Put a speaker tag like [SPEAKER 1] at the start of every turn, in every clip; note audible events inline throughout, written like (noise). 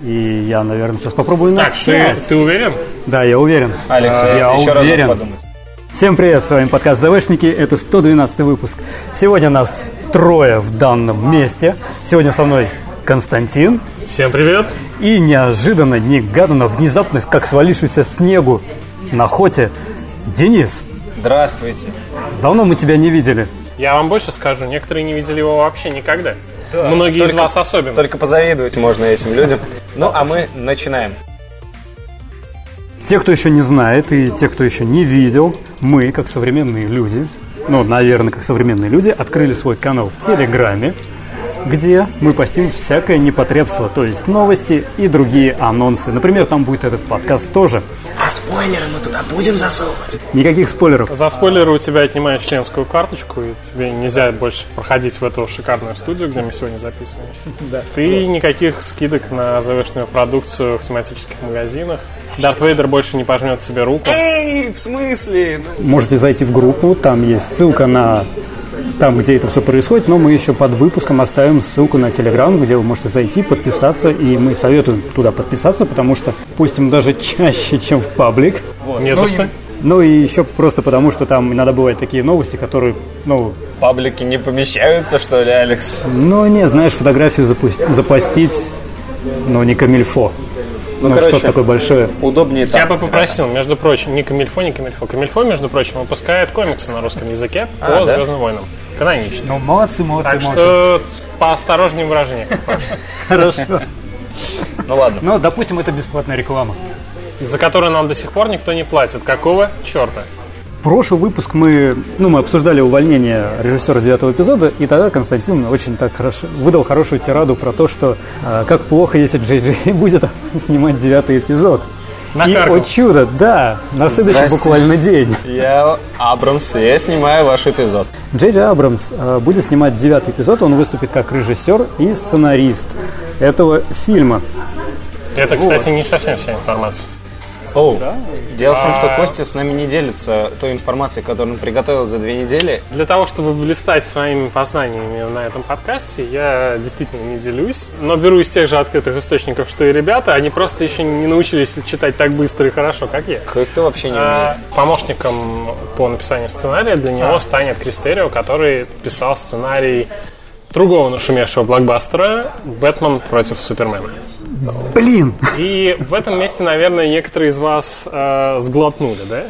[SPEAKER 1] И я, наверное, сейчас попробую
[SPEAKER 2] Так, ты,
[SPEAKER 1] начать.
[SPEAKER 2] ты уверен?
[SPEAKER 1] Да, я уверен.
[SPEAKER 3] Алекс,
[SPEAKER 1] А, я
[SPEAKER 3] если еще
[SPEAKER 1] уверен.
[SPEAKER 3] разок подумать.
[SPEAKER 1] Всем привет, с вами подкаст «ЗВшники», это 112 выпуск. Сегодня нас трое в данном месте. Сегодня со мной Константин
[SPEAKER 2] Всем привет.
[SPEAKER 1] и неожиданно, негаданно, внезапно, как свалившийся снегу на хоте, Денис.
[SPEAKER 3] Здравствуйте.
[SPEAKER 1] Давно мы тебя не видели.
[SPEAKER 2] Я вам больше скажу, некоторые не видели его вообще никогда. Многие из
[SPEAKER 3] Только-
[SPEAKER 2] вас особенно.
[SPEAKER 3] Только позавидовать можно этим людям. Ну, а мы начинаем.
[SPEAKER 1] Те, кто еще не знает и те, кто еще не видел, мы, как современные люди, ну, наверное, как современные люди, открыли свой канал в Телеграме, где мы постим всякое непотребство, то есть новости и другие анонсы. Например, там будет этот подкаст тоже.
[SPEAKER 4] А спойлеры мы туда будем засовывать?
[SPEAKER 1] Никаких спойлеров.
[SPEAKER 2] За спойлеры у тебя отнимают членскую карточку, и тебе нельзя больше проходить в эту шикарную студию, где мы сегодня
[SPEAKER 3] (laughs)
[SPEAKER 2] записываемся. Ты никаких скидок на завышенную продукцию в тематических магазинах. Дарт Вейдер больше не пожмет тебе руку.
[SPEAKER 3] Э, Эй, в смысле?
[SPEAKER 1] Можете зайти в группу, там есть ссылка на там, где это все происходит, но мы еще под выпуском оставим ссылку на Телеграм, где вы можете зайти, подписаться, и мы советуем туда подписаться, потому что пустим даже (laughs) чаще, чем в паблик.
[SPEAKER 2] Не за что.
[SPEAKER 1] Ну и еще просто потому, что там иногда бывают такие новости, которые, ну,
[SPEAKER 3] Паблики не помещаются, что ли, Алекс?
[SPEAKER 1] ну не, знаешь, фотографию запу- запостить, но не камильфо. Ну,
[SPEAKER 3] короче.
[SPEAKER 1] что такое большое.
[SPEAKER 3] Удобнее
[SPEAKER 2] Я
[SPEAKER 3] так.
[SPEAKER 2] бы попросил, между прочим, не Камильфо, не Камильфо. Камильфо, между прочим, выпускает комиксы на русском языке
[SPEAKER 3] А,
[SPEAKER 2] по
[SPEAKER 3] да?
[SPEAKER 2] Звездным войнам. Канонично.
[SPEAKER 1] Ну, молодцы, молодцы,
[SPEAKER 2] Так что поосторожнее в выражениях.
[SPEAKER 1] Хорошо.
[SPEAKER 3] Ну ладно.
[SPEAKER 1] Ну, допустим, это бесплатная реклама.
[SPEAKER 2] за которую нам до сих пор никто не платит. Какого черта?
[SPEAKER 1] Прошлый выпуск мы, ну, мы обсуждали увольнение режиссера девятого эпизода, и тогда Константин очень так хорошо выдал хорошую тираду про то, что э, как плохо, если Джей Джей (laughs) будет снимать девятый эпизод. и,
[SPEAKER 2] Накаркал.
[SPEAKER 1] о чудо, да, на следующий
[SPEAKER 3] Здрасте.
[SPEAKER 1] буквально день.
[SPEAKER 3] Я Абрамс, и я снимаю ваш эпизод.
[SPEAKER 1] Джей Джей Абрамс э, будет снимать девятый эпизод, он выступит как режиссер и сценарист этого фильма.
[SPEAKER 2] Это, кстати, не совсем вся информация.
[SPEAKER 3] Оу. Дело в том, что Костя с нами не делится той информацией, которую он приготовил за две недели.
[SPEAKER 2] Для того, чтобы блистать своими познаниями на этом подкасте, я действительно не делюсь, но беру из тех же открытых источников, что и ребята. Они просто еще не научились читать так быстро и хорошо, как я.
[SPEAKER 3] Кое-кто вообще не умеет.
[SPEAKER 2] А Помощником по написанию сценария для него станет Кристерио, который писал сценарий другого нашумевшего блокбастера «Бэтмен против Супермена».
[SPEAKER 1] Блин,
[SPEAKER 2] И в этом месте, наверное, некоторые из вас э, сглотнули, да?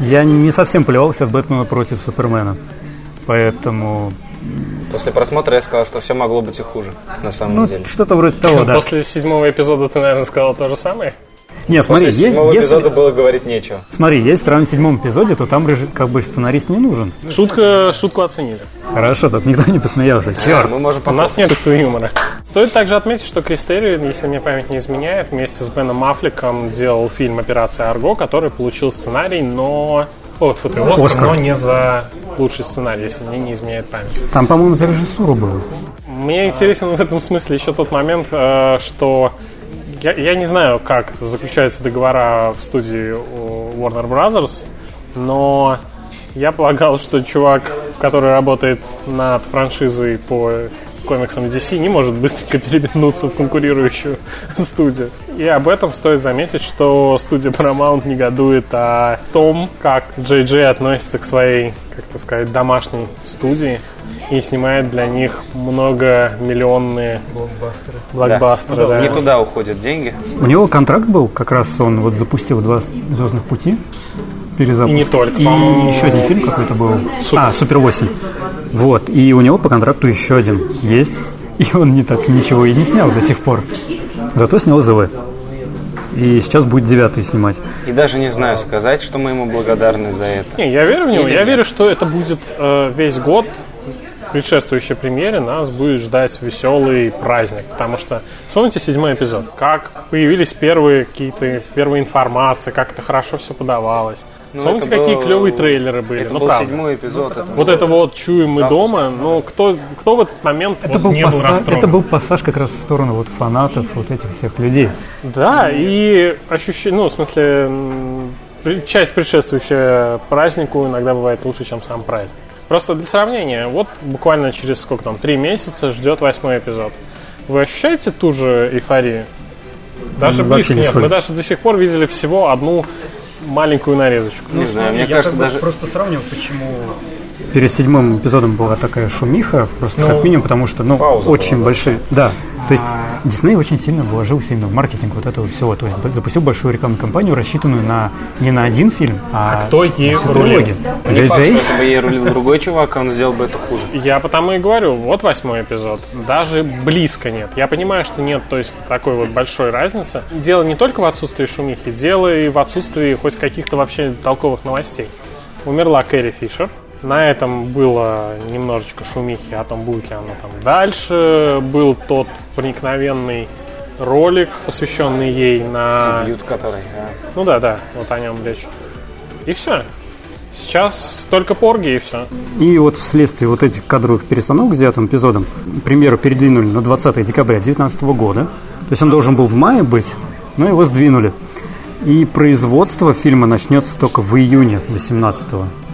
[SPEAKER 1] я не совсем плевался от Бэтмена против Супермена, поэтому...
[SPEAKER 3] После просмотра я сказал, что все могло быть и хуже, на самом
[SPEAKER 1] Ну,
[SPEAKER 3] деле.
[SPEAKER 1] что-то вроде того, да.
[SPEAKER 2] После седьмого эпизода ты, наверное, сказал то же самое.
[SPEAKER 1] Не, смотри,
[SPEAKER 3] После
[SPEAKER 1] е-
[SPEAKER 3] седьмого
[SPEAKER 1] если-
[SPEAKER 3] эпизода было говорить нечего.
[SPEAKER 1] Смотри, если сравнить в седьмом эпизоде, то там режи- как бы сценарист не нужен.
[SPEAKER 2] Ну, Шутка, шутку оценили.
[SPEAKER 1] Хорошо, тут никто не посмеялся. Черт.
[SPEAKER 3] Мы можем
[SPEAKER 2] У нас
[SPEAKER 3] похлопать.
[SPEAKER 2] нет чувства юмора. Стоит также отметить, что Кристерию, если мне память не изменяет, вместе с Беном Аффлеком делал фильм «Операция Арго», который получил сценарий, но... О, тьфу ты, Оскар,
[SPEAKER 1] Оскар.
[SPEAKER 2] но не за лучший сценарий, если мне не изменяет память.
[SPEAKER 1] Там, по-моему, за режиссуру было.
[SPEAKER 2] Мне интересен в этом смысле еще тот момент, э, что я, я не знаю, как заключаются договора в студии у Warner Brothers, но я полагал, что чувак, который работает над франшизой по комиксам DC, не может быстренько переметнуться в конкурирующую (laughs) студию. И об этом стоит заметить, что студия Paramount негодует о том, как Джей Джей относится к своей, как это сказать, домашней студии и снимает для них многомиллионные блокбастеры. да.
[SPEAKER 3] Не туда уходят деньги.
[SPEAKER 1] У него контракт был, как раз он вот запустил два звездных пути. Перезапуск.
[SPEAKER 2] И не только,
[SPEAKER 1] И
[SPEAKER 2] по-моему,
[SPEAKER 1] еще один фильм какой-то был. А, Супер 8. Вот. И у него по контракту еще один есть. (laughs) И он не так ничего и не снял до сих пор. Зато снял ЗВ. И сейчас будет девятый снимать.
[SPEAKER 3] И даже не знаю сказать, что мы ему благодарны за это.
[SPEAKER 2] Не, я верю в него.
[SPEAKER 3] Или
[SPEAKER 2] я
[SPEAKER 3] нет?
[SPEAKER 2] верю, что это будет э, весь год предшествующей премьере нас будет ждать веселый праздник, потому что вспомните седьмой эпизод, как появились первые какие-то первые информации, как это хорошо все подавалось. Ну, вспомните,
[SPEAKER 3] Ну, это
[SPEAKER 2] какие
[SPEAKER 3] был-
[SPEAKER 2] клевые трейлеры были.
[SPEAKER 3] Это
[SPEAKER 2] ну
[SPEAKER 3] был
[SPEAKER 2] правда.
[SPEAKER 3] седьмой эпизод. это
[SPEAKER 2] Вот
[SPEAKER 3] был-
[SPEAKER 2] это вот чуем мы
[SPEAKER 3] Запуск.
[SPEAKER 2] дома, но кто, кто в этот момент вот не ну, был
[SPEAKER 1] пасса-
[SPEAKER 2] расстроен?
[SPEAKER 1] это был пассаж как раз в сторону вот фанатов, вот этих всех людей.
[SPEAKER 2] Да, и ощущение, ну, в смысле, м, при- часть предшествующая празднику иногда бывает лучше, чем сам праздник. Просто для сравнения, вот буквально через сколько там, три месяца ждет восьмой эпизод. Вы ощущаете ту же эйфорию? Даже
[SPEAKER 1] Вообще
[SPEAKER 2] близко нет.
[SPEAKER 1] нисколько.
[SPEAKER 2] Мы даже до сих пор видели всего одну маленькую нарезочку.
[SPEAKER 3] Не
[SPEAKER 1] Ну,
[SPEAKER 3] знаю, мне кажется, даже...
[SPEAKER 1] просто сравнивал, почему перед седьмым эпизодом была такая шумиха, просто как минимум, потому что, ну,
[SPEAKER 3] пауза
[SPEAKER 1] очень большие, да. То есть
[SPEAKER 3] А.
[SPEAKER 1] Дисней очень сильно вложился именно в маркетинг вот этого всего, то есть б- запустил большую рекламную кампанию, рассчитанную на не на один фильм, а,
[SPEAKER 2] кто ей
[SPEAKER 1] на всю
[SPEAKER 2] рулил?
[SPEAKER 1] трилогию.
[SPEAKER 3] Не
[SPEAKER 1] Джей
[SPEAKER 3] факт, что
[SPEAKER 1] Джей?
[SPEAKER 3] если бы ей рулил другой чувак, он сделал бы это хуже.
[SPEAKER 2] Я потому и говорю, вот восьмой эпизод, даже близко нет. Я понимаю, что нет, то есть такой вот большой разницы. Дело не только в отсутствии шумихи, дело и в отсутствии хоть каких-то вообще толковых новостей. Умерла Кэрри Фишер. На этом было немножечко шумихи о том, будет ли она там дальше. Был тот проникновенный ролик, посвященный ей на...
[SPEAKER 3] Бьют который. а.
[SPEAKER 2] Ну да, да, вот о нем речь. И все. Сейчас только порги и все.
[SPEAKER 1] И вот вследствие вот этих кадровых перестановок с девятым эпизодом, к примеру, передвинули на 20 декабря 2019 года. То есть он должен был в мае быть, но его сдвинули. И производство фильма начнется только в июне 18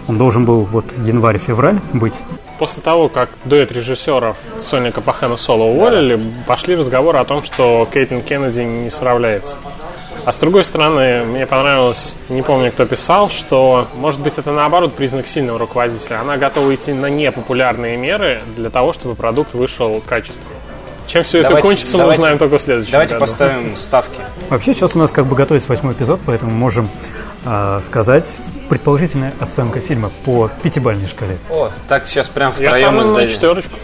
[SPEAKER 1] Он должен был вот январь-февраль быть.
[SPEAKER 2] После того, как дуэт режиссеров Соника Пахана Соло уволили, пошли разговоры о том, что Кейтлин Кеннеди не справляется. А с другой стороны, мне понравилось, не помню, кто писал, что, может быть, это наоборот признак сильного руководителя. Она готова идти на непопулярные меры для того, чтобы продукт вышел качественно. Чем все это
[SPEAKER 3] Давайте-
[SPEAKER 2] кончится, мы
[SPEAKER 3] давайте-
[SPEAKER 2] узнаем только в следующем
[SPEAKER 3] Давайте
[SPEAKER 2] году.
[SPEAKER 3] поставим ставки.
[SPEAKER 1] Вообще сейчас у нас как бы готовится восьмой эпизод, поэтому можем э, сказать предположительная оценка фильма по пятибальной шкале.
[SPEAKER 3] О, так сейчас прям
[SPEAKER 2] Я
[SPEAKER 3] втроем
[SPEAKER 2] ставлю на
[SPEAKER 3] издадим.
[SPEAKER 2] четверочку.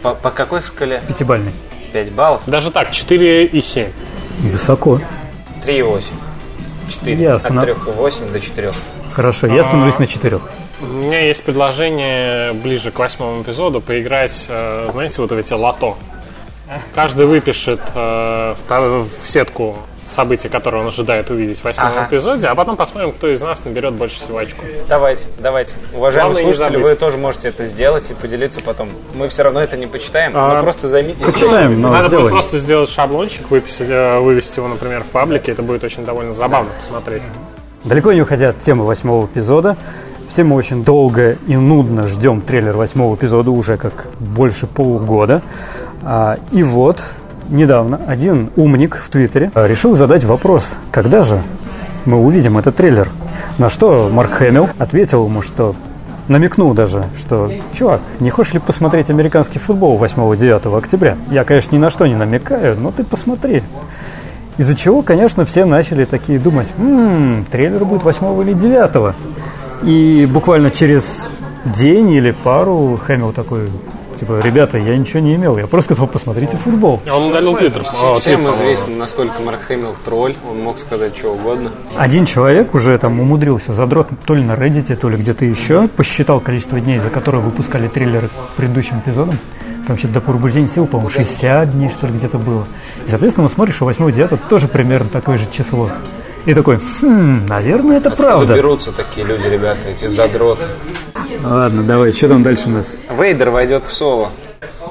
[SPEAKER 3] По, по какой шкале?
[SPEAKER 1] Пятибальной.
[SPEAKER 3] 5 баллов?
[SPEAKER 2] Даже так, 4 и 7.
[SPEAKER 1] Высоко.
[SPEAKER 3] 3,8. 4.
[SPEAKER 1] Я
[SPEAKER 3] От
[SPEAKER 1] останов-
[SPEAKER 3] 3,8 до 4.
[SPEAKER 1] Хорошо, я
[SPEAKER 2] А,
[SPEAKER 1] становлюсь на четырех.
[SPEAKER 2] У меня есть предложение ближе к восьмому эпизоду поиграть, э, знаете, вот в эти лото. Каждый выпишет э, втор- в сетку события, которые он ожидает увидеть в восьмом
[SPEAKER 3] Ага.
[SPEAKER 2] эпизоде, а потом посмотрим, кто из нас наберет больше всего очков.
[SPEAKER 3] Давайте, давайте. Уважаемые
[SPEAKER 2] Главное не
[SPEAKER 3] слушатели,
[SPEAKER 2] забыть.
[SPEAKER 3] вы тоже можете это сделать и поделиться потом. Мы все равно это не почитаем,
[SPEAKER 2] А,
[SPEAKER 3] но просто займитесь.
[SPEAKER 1] Почитаем, но
[SPEAKER 2] Надо будет
[SPEAKER 1] Ну, сделаем.
[SPEAKER 2] просто сделать шаблончик, выписать, э, вывести его, например, в паблике. Это будет очень довольно забавно посмотреть.
[SPEAKER 1] Далеко не уходя от темы восьмого эпизода, все мы очень долго и нудно ждем трейлер восьмого эпизода уже как больше полугода. А, И вот недавно один умник в Твиттере а, решил задать вопрос, когда же мы увидим этот трейлер? На что Марк Хэмилл ответил ему, что намекнул даже, что «Чувак, не хочешь ли посмотреть американский футбол 8-9 октября? Я, конечно, ни на что не намекаю, но ты посмотри». Из-за чего, конечно, все начали такие думать, «М, трейлер будет 8 или 9. И буквально через день или пару Хэмилл такой, типа, ребята, я ничего не имел, я просто сказал, посмотрите футбол.
[SPEAKER 2] Он удалил Твиттер.
[SPEAKER 1] А,
[SPEAKER 2] О,
[SPEAKER 3] Всем
[SPEAKER 1] типа
[SPEAKER 2] Твиттер.
[SPEAKER 3] известно, насколько Марк Хэмилл тролль, он мог сказать что угодно.
[SPEAKER 1] Один человек уже там умудрился, задрот то ли на Reddit, то ли где-то еще, посчитал количество дней, за которые выпускали трейлеры к предыдущим эпизодам. Там вообще до пробуждения сил, по-моему, 60 дней, что ли, где-то было. И, соответственно, мы смотришь, что 8-9 тоже примерно такое же число. И такой, «Хм, наверное, это правда.
[SPEAKER 3] Доберутся такие люди, ребята, эти задроты.
[SPEAKER 1] Ладно, давай, что там дальше у нас?
[SPEAKER 3] Вейдер войдет в соло.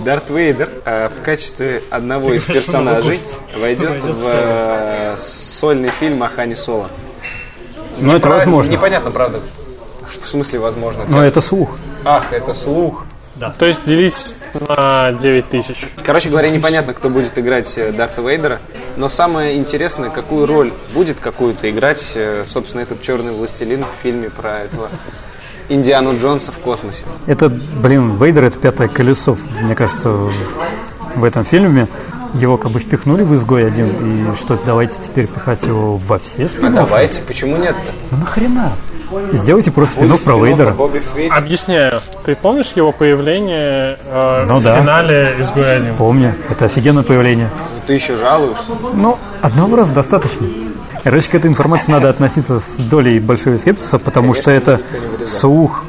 [SPEAKER 3] Дарт Вейдер э, в качестве одного из персонажей войдет в э, сольный фильм о Хане Соло.
[SPEAKER 1] Ну, это
[SPEAKER 3] Правильно?
[SPEAKER 1] возможно.
[SPEAKER 3] Непонятно, правда. Что в смысле возможно?
[SPEAKER 1] Но это слух.
[SPEAKER 3] Ах, это слух.
[SPEAKER 2] То есть делить на 9 тысяч.
[SPEAKER 3] Короче говоря, непонятно, кто будет играть э, Дарта Вейдера. Но самое интересное, какую роль будет какую-то играть, э, собственно, этот черный властелин в фильме про этого Индиану Джонса в космосе.
[SPEAKER 1] Это, блин, Вейдер, это пятое колесо, мне кажется, в этом фильме. Его как бы впихнули в изгой один, и что, давайте теперь пихать его во
[SPEAKER 3] Ну,
[SPEAKER 1] все спин
[SPEAKER 3] А Давайте, почему нет-то?
[SPEAKER 1] Ну нахрена? Сделайте просто спинок про
[SPEAKER 3] Спин-офф о
[SPEAKER 1] Вейдера.
[SPEAKER 3] Бобби Фетти.
[SPEAKER 2] А Объясняю. Ты помнишь его появление э,
[SPEAKER 1] Ну
[SPEAKER 2] в
[SPEAKER 1] да.
[SPEAKER 2] финале «Изгой 1»?
[SPEAKER 1] Помню, это офигенное появление.
[SPEAKER 3] Ты еще жалуешься?
[SPEAKER 1] Ну, одного раза достаточно. Короче, к этой информации надо относиться с долей большого скепсиса, потому что это слух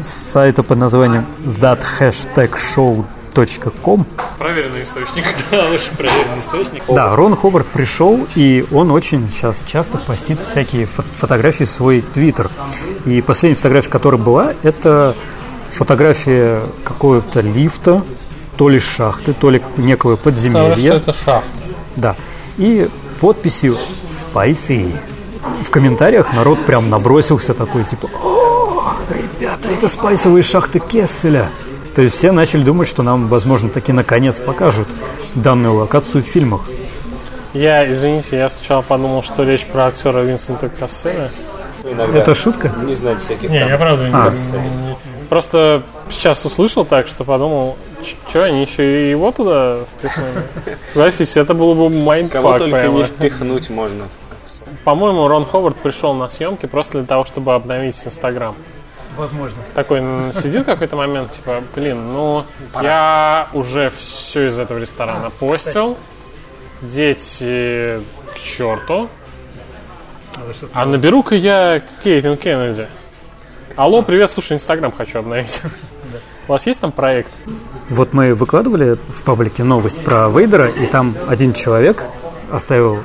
[SPEAKER 1] с сайта под названием thathashtagshow.com
[SPEAKER 2] Проверенный источник. (laughs) Да, лучше проверенный источник.
[SPEAKER 1] Да, Рон Ховард пришел, и он очень сейчас часто постит всякие фо- фотографии в свой твиттер. И последняя фотография, которая была, это фотография какого-то лифта, то ли шахты, то ли как- некого подземелья.
[SPEAKER 2] шахта.
[SPEAKER 1] Да. И подписью «Spicy». В комментариях народ прям набросился такой, типа, «О, ребята, это спайсовые шахты Кесселя». То есть все начали думать, что нам, возможно, таки наконец покажут данную локацию в фильмах.
[SPEAKER 2] Я, извините, я сначала подумал, что речь про актера Винсента Касселя.
[SPEAKER 5] Иногда.
[SPEAKER 1] Это шутка?
[SPEAKER 5] Не знать всяких
[SPEAKER 2] Не,
[SPEAKER 5] там.
[SPEAKER 2] я правда не
[SPEAKER 1] А.
[SPEAKER 2] не- Просто сейчас услышал так, что подумал, что они еще и его туда
[SPEAKER 3] (laughs)
[SPEAKER 2] впихнули. Согласись, это было бы
[SPEAKER 3] Кого
[SPEAKER 2] майндфак
[SPEAKER 3] только
[SPEAKER 2] прямо.
[SPEAKER 3] не впихнуть можно.
[SPEAKER 2] По-моему, Рон Ховард пришел на съемки просто для того, чтобы обновить Инстаграм.
[SPEAKER 1] Возможно.
[SPEAKER 2] Такой м, сидит в какой-то момент, типа, блин, ну, я уже все из этого ресторана постил. Дети к черту. А наберу-ка я Кейтин Кеннеди. Алло, привет, слушай, Инстаграм хочу обновить. У вас есть там проект?
[SPEAKER 1] Вот мы выкладывали в паблике новость про Вейдера, и там один человек оставил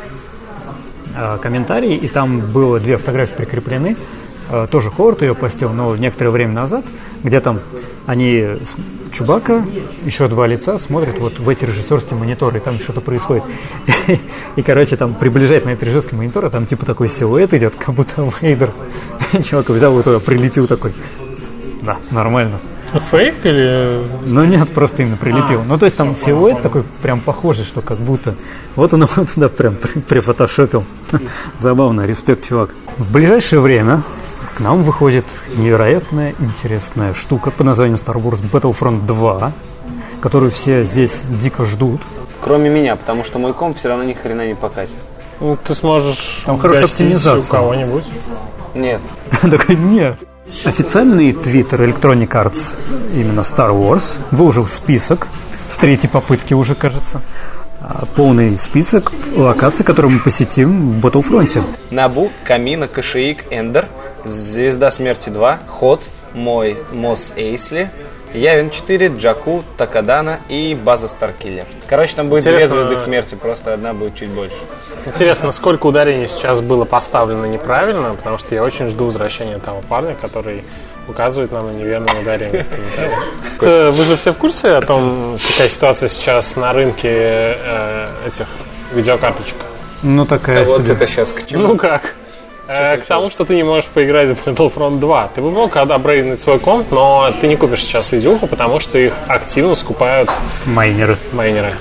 [SPEAKER 1] э, комментарий, и там было две фотографии прикреплены. Э, тоже Ховард ее постил, но некоторое время назад, где там они с Чубака, еще два лица смотрят вот в эти режиссерские мониторы, и там что-то происходит. (laughs) И, короче, там приближает на этот режиссерский монитор, а там типа такой силуэт идет, как будто Вейдер. (laughs) Чувак взял вот туда, прилепил такой. Да, нормально.
[SPEAKER 2] Фейк или...
[SPEAKER 1] Ну нет, просто именно прилепил. ну то есть там силуэт такой прям похожий, что как будто. Вот он его (laughs) туда прям при- прифотошопил. (laughs) Забавно, респект, чувак. В ближайшее время к нам выходит невероятная интересная штука под названием Star Wars Battlefront 2, которую все здесь дико ждут.
[SPEAKER 3] Кроме меня, потому что мой комп все равно ни хрена не покатит.
[SPEAKER 2] Ну, ты сможешь
[SPEAKER 1] Там хорошая
[SPEAKER 2] угостить
[SPEAKER 1] оптимизация.
[SPEAKER 2] у кого-нибудь.
[SPEAKER 3] Нет.
[SPEAKER 1] Такой, нет. Официальный твиттер Electronic Arts, именно Star Wars, выложил список, с третьей попытки уже, кажется, а, полный список локаций, которые мы посетим в Battlefront.
[SPEAKER 3] Набу, Камина, Кошеик, Эндер, Звезда Смерти 2, Ход, Мой, Мос Эйсли, Явин 4, Джаку, Такадана и База Старкиллер. Короче, там будет
[SPEAKER 2] Интересно.
[SPEAKER 3] две звезды к смерти, просто одна будет чуть больше.
[SPEAKER 2] Интересно, сколько ударений сейчас было поставлено неправильно, потому что я очень жду возвращения того парня, который указывает нам на неверное ударение в комментариях. Э, Вы же все в курсе о том, какая ситуация сейчас на рынке э, этих видеокарточек?
[SPEAKER 1] Ну, такая
[SPEAKER 3] А Вот
[SPEAKER 1] себе.
[SPEAKER 3] это сейчас к чему?
[SPEAKER 2] Ну как? Э, К тому, что ты не можешь поиграть в Battlefront 2. Ты бы мог апгрейдить свой комп, но ты не купишь сейчас видюху, потому что их активно скупают
[SPEAKER 1] Майнеры.
[SPEAKER 2] майнеры.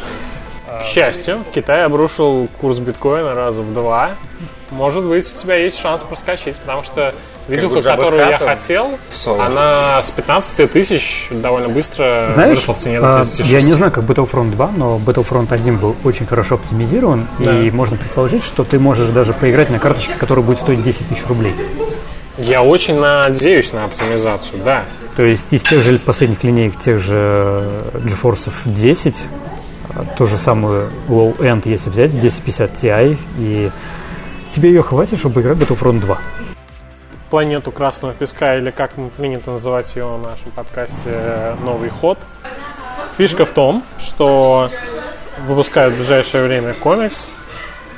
[SPEAKER 2] К счастью, Китай обрушил курс биткоина раза в два. Может быть, у тебя есть шанс проскочить, потому что видюха,
[SPEAKER 3] у Джабы
[SPEAKER 2] которую я
[SPEAKER 3] Хатта
[SPEAKER 2] хотел,
[SPEAKER 3] в соло.
[SPEAKER 2] она с 15 тысяч довольно быстро
[SPEAKER 1] Знаешь,
[SPEAKER 2] выросла в цене до
[SPEAKER 1] а,
[SPEAKER 2] 36.
[SPEAKER 1] я не знаю, как Battlefront 2, но Battlefront 1 был очень хорошо оптимизирован, и можно предположить, что ты можешь даже поиграть на карточке, которая будет стоить 10 тысяч рублей.
[SPEAKER 2] Я очень надеюсь на оптимизацию, да.
[SPEAKER 1] То есть из тех же последних линеек, тех же GeForce 10, а, ту же самую low-end, если взять, 1050 Ti, и тебе ее хватит, чтобы играть в Battlefront 2.
[SPEAKER 2] Планету Красного Песка, или как мы принято называть ее в нашем подкасте, э, Новый Ход. Фишка в том, что выпускают в ближайшее время комикс,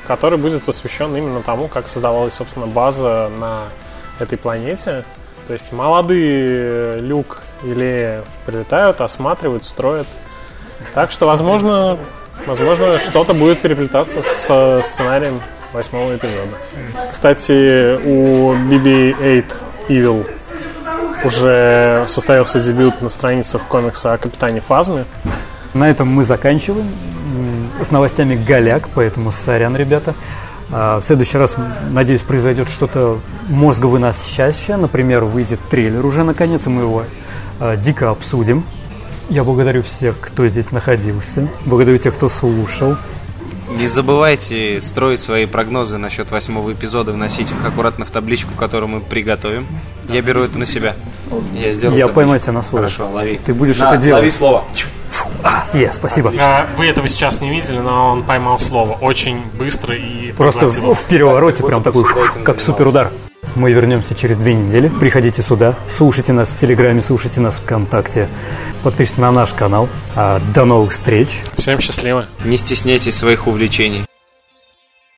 [SPEAKER 2] который будет посвящен именно тому, как создавалась, собственно, база на этой планете. То есть молодые э, Люк или прилетают, осматривают, строят. Так что, возможно, возможно что-то будет переплетаться с сценарием восьмого эпизода. Кстати, у BB-8 Evil уже состоялся дебют на страницах комикса о Капитане Фазме.
[SPEAKER 1] На этом мы заканчиваем. М, С новостями голяк, поэтому сорян, ребята. А, В следующий раз, м, надеюсь, произойдет что-то мозговыносящее. Например, выйдет трейлер уже наконец, и мы его а, дико обсудим. Я благодарю всех, кто здесь находился. Благодарю тех, кто слушал.
[SPEAKER 3] Не забывайте строить свои прогнозы насчет восьмого эпизода, вносить их аккуратно в табличку, которую мы приготовим. Я беру это на себя. Я сделаю.
[SPEAKER 1] Я поймаю тебя на слове.
[SPEAKER 3] Хорошо, лови.
[SPEAKER 1] Ты будешь
[SPEAKER 3] На,
[SPEAKER 1] это делать.
[SPEAKER 3] Лови слово.
[SPEAKER 1] А, е, спасибо.
[SPEAKER 2] Вы этого сейчас не видели, но он поймал слово очень быстро и
[SPEAKER 1] Просто в, в перевороте прям такой,
[SPEAKER 3] будто всегда этим
[SPEAKER 1] как
[SPEAKER 3] занимался.
[SPEAKER 1] суперудар. Мы вернемся через две недели. Приходите сюда, слушайте нас в Телеграме, слушайте нас ВКонтакте. Подписывайтесь на наш канал. А, до новых встреч.
[SPEAKER 2] Всем счастливо.
[SPEAKER 3] Не стесняйтесь своих увлечений.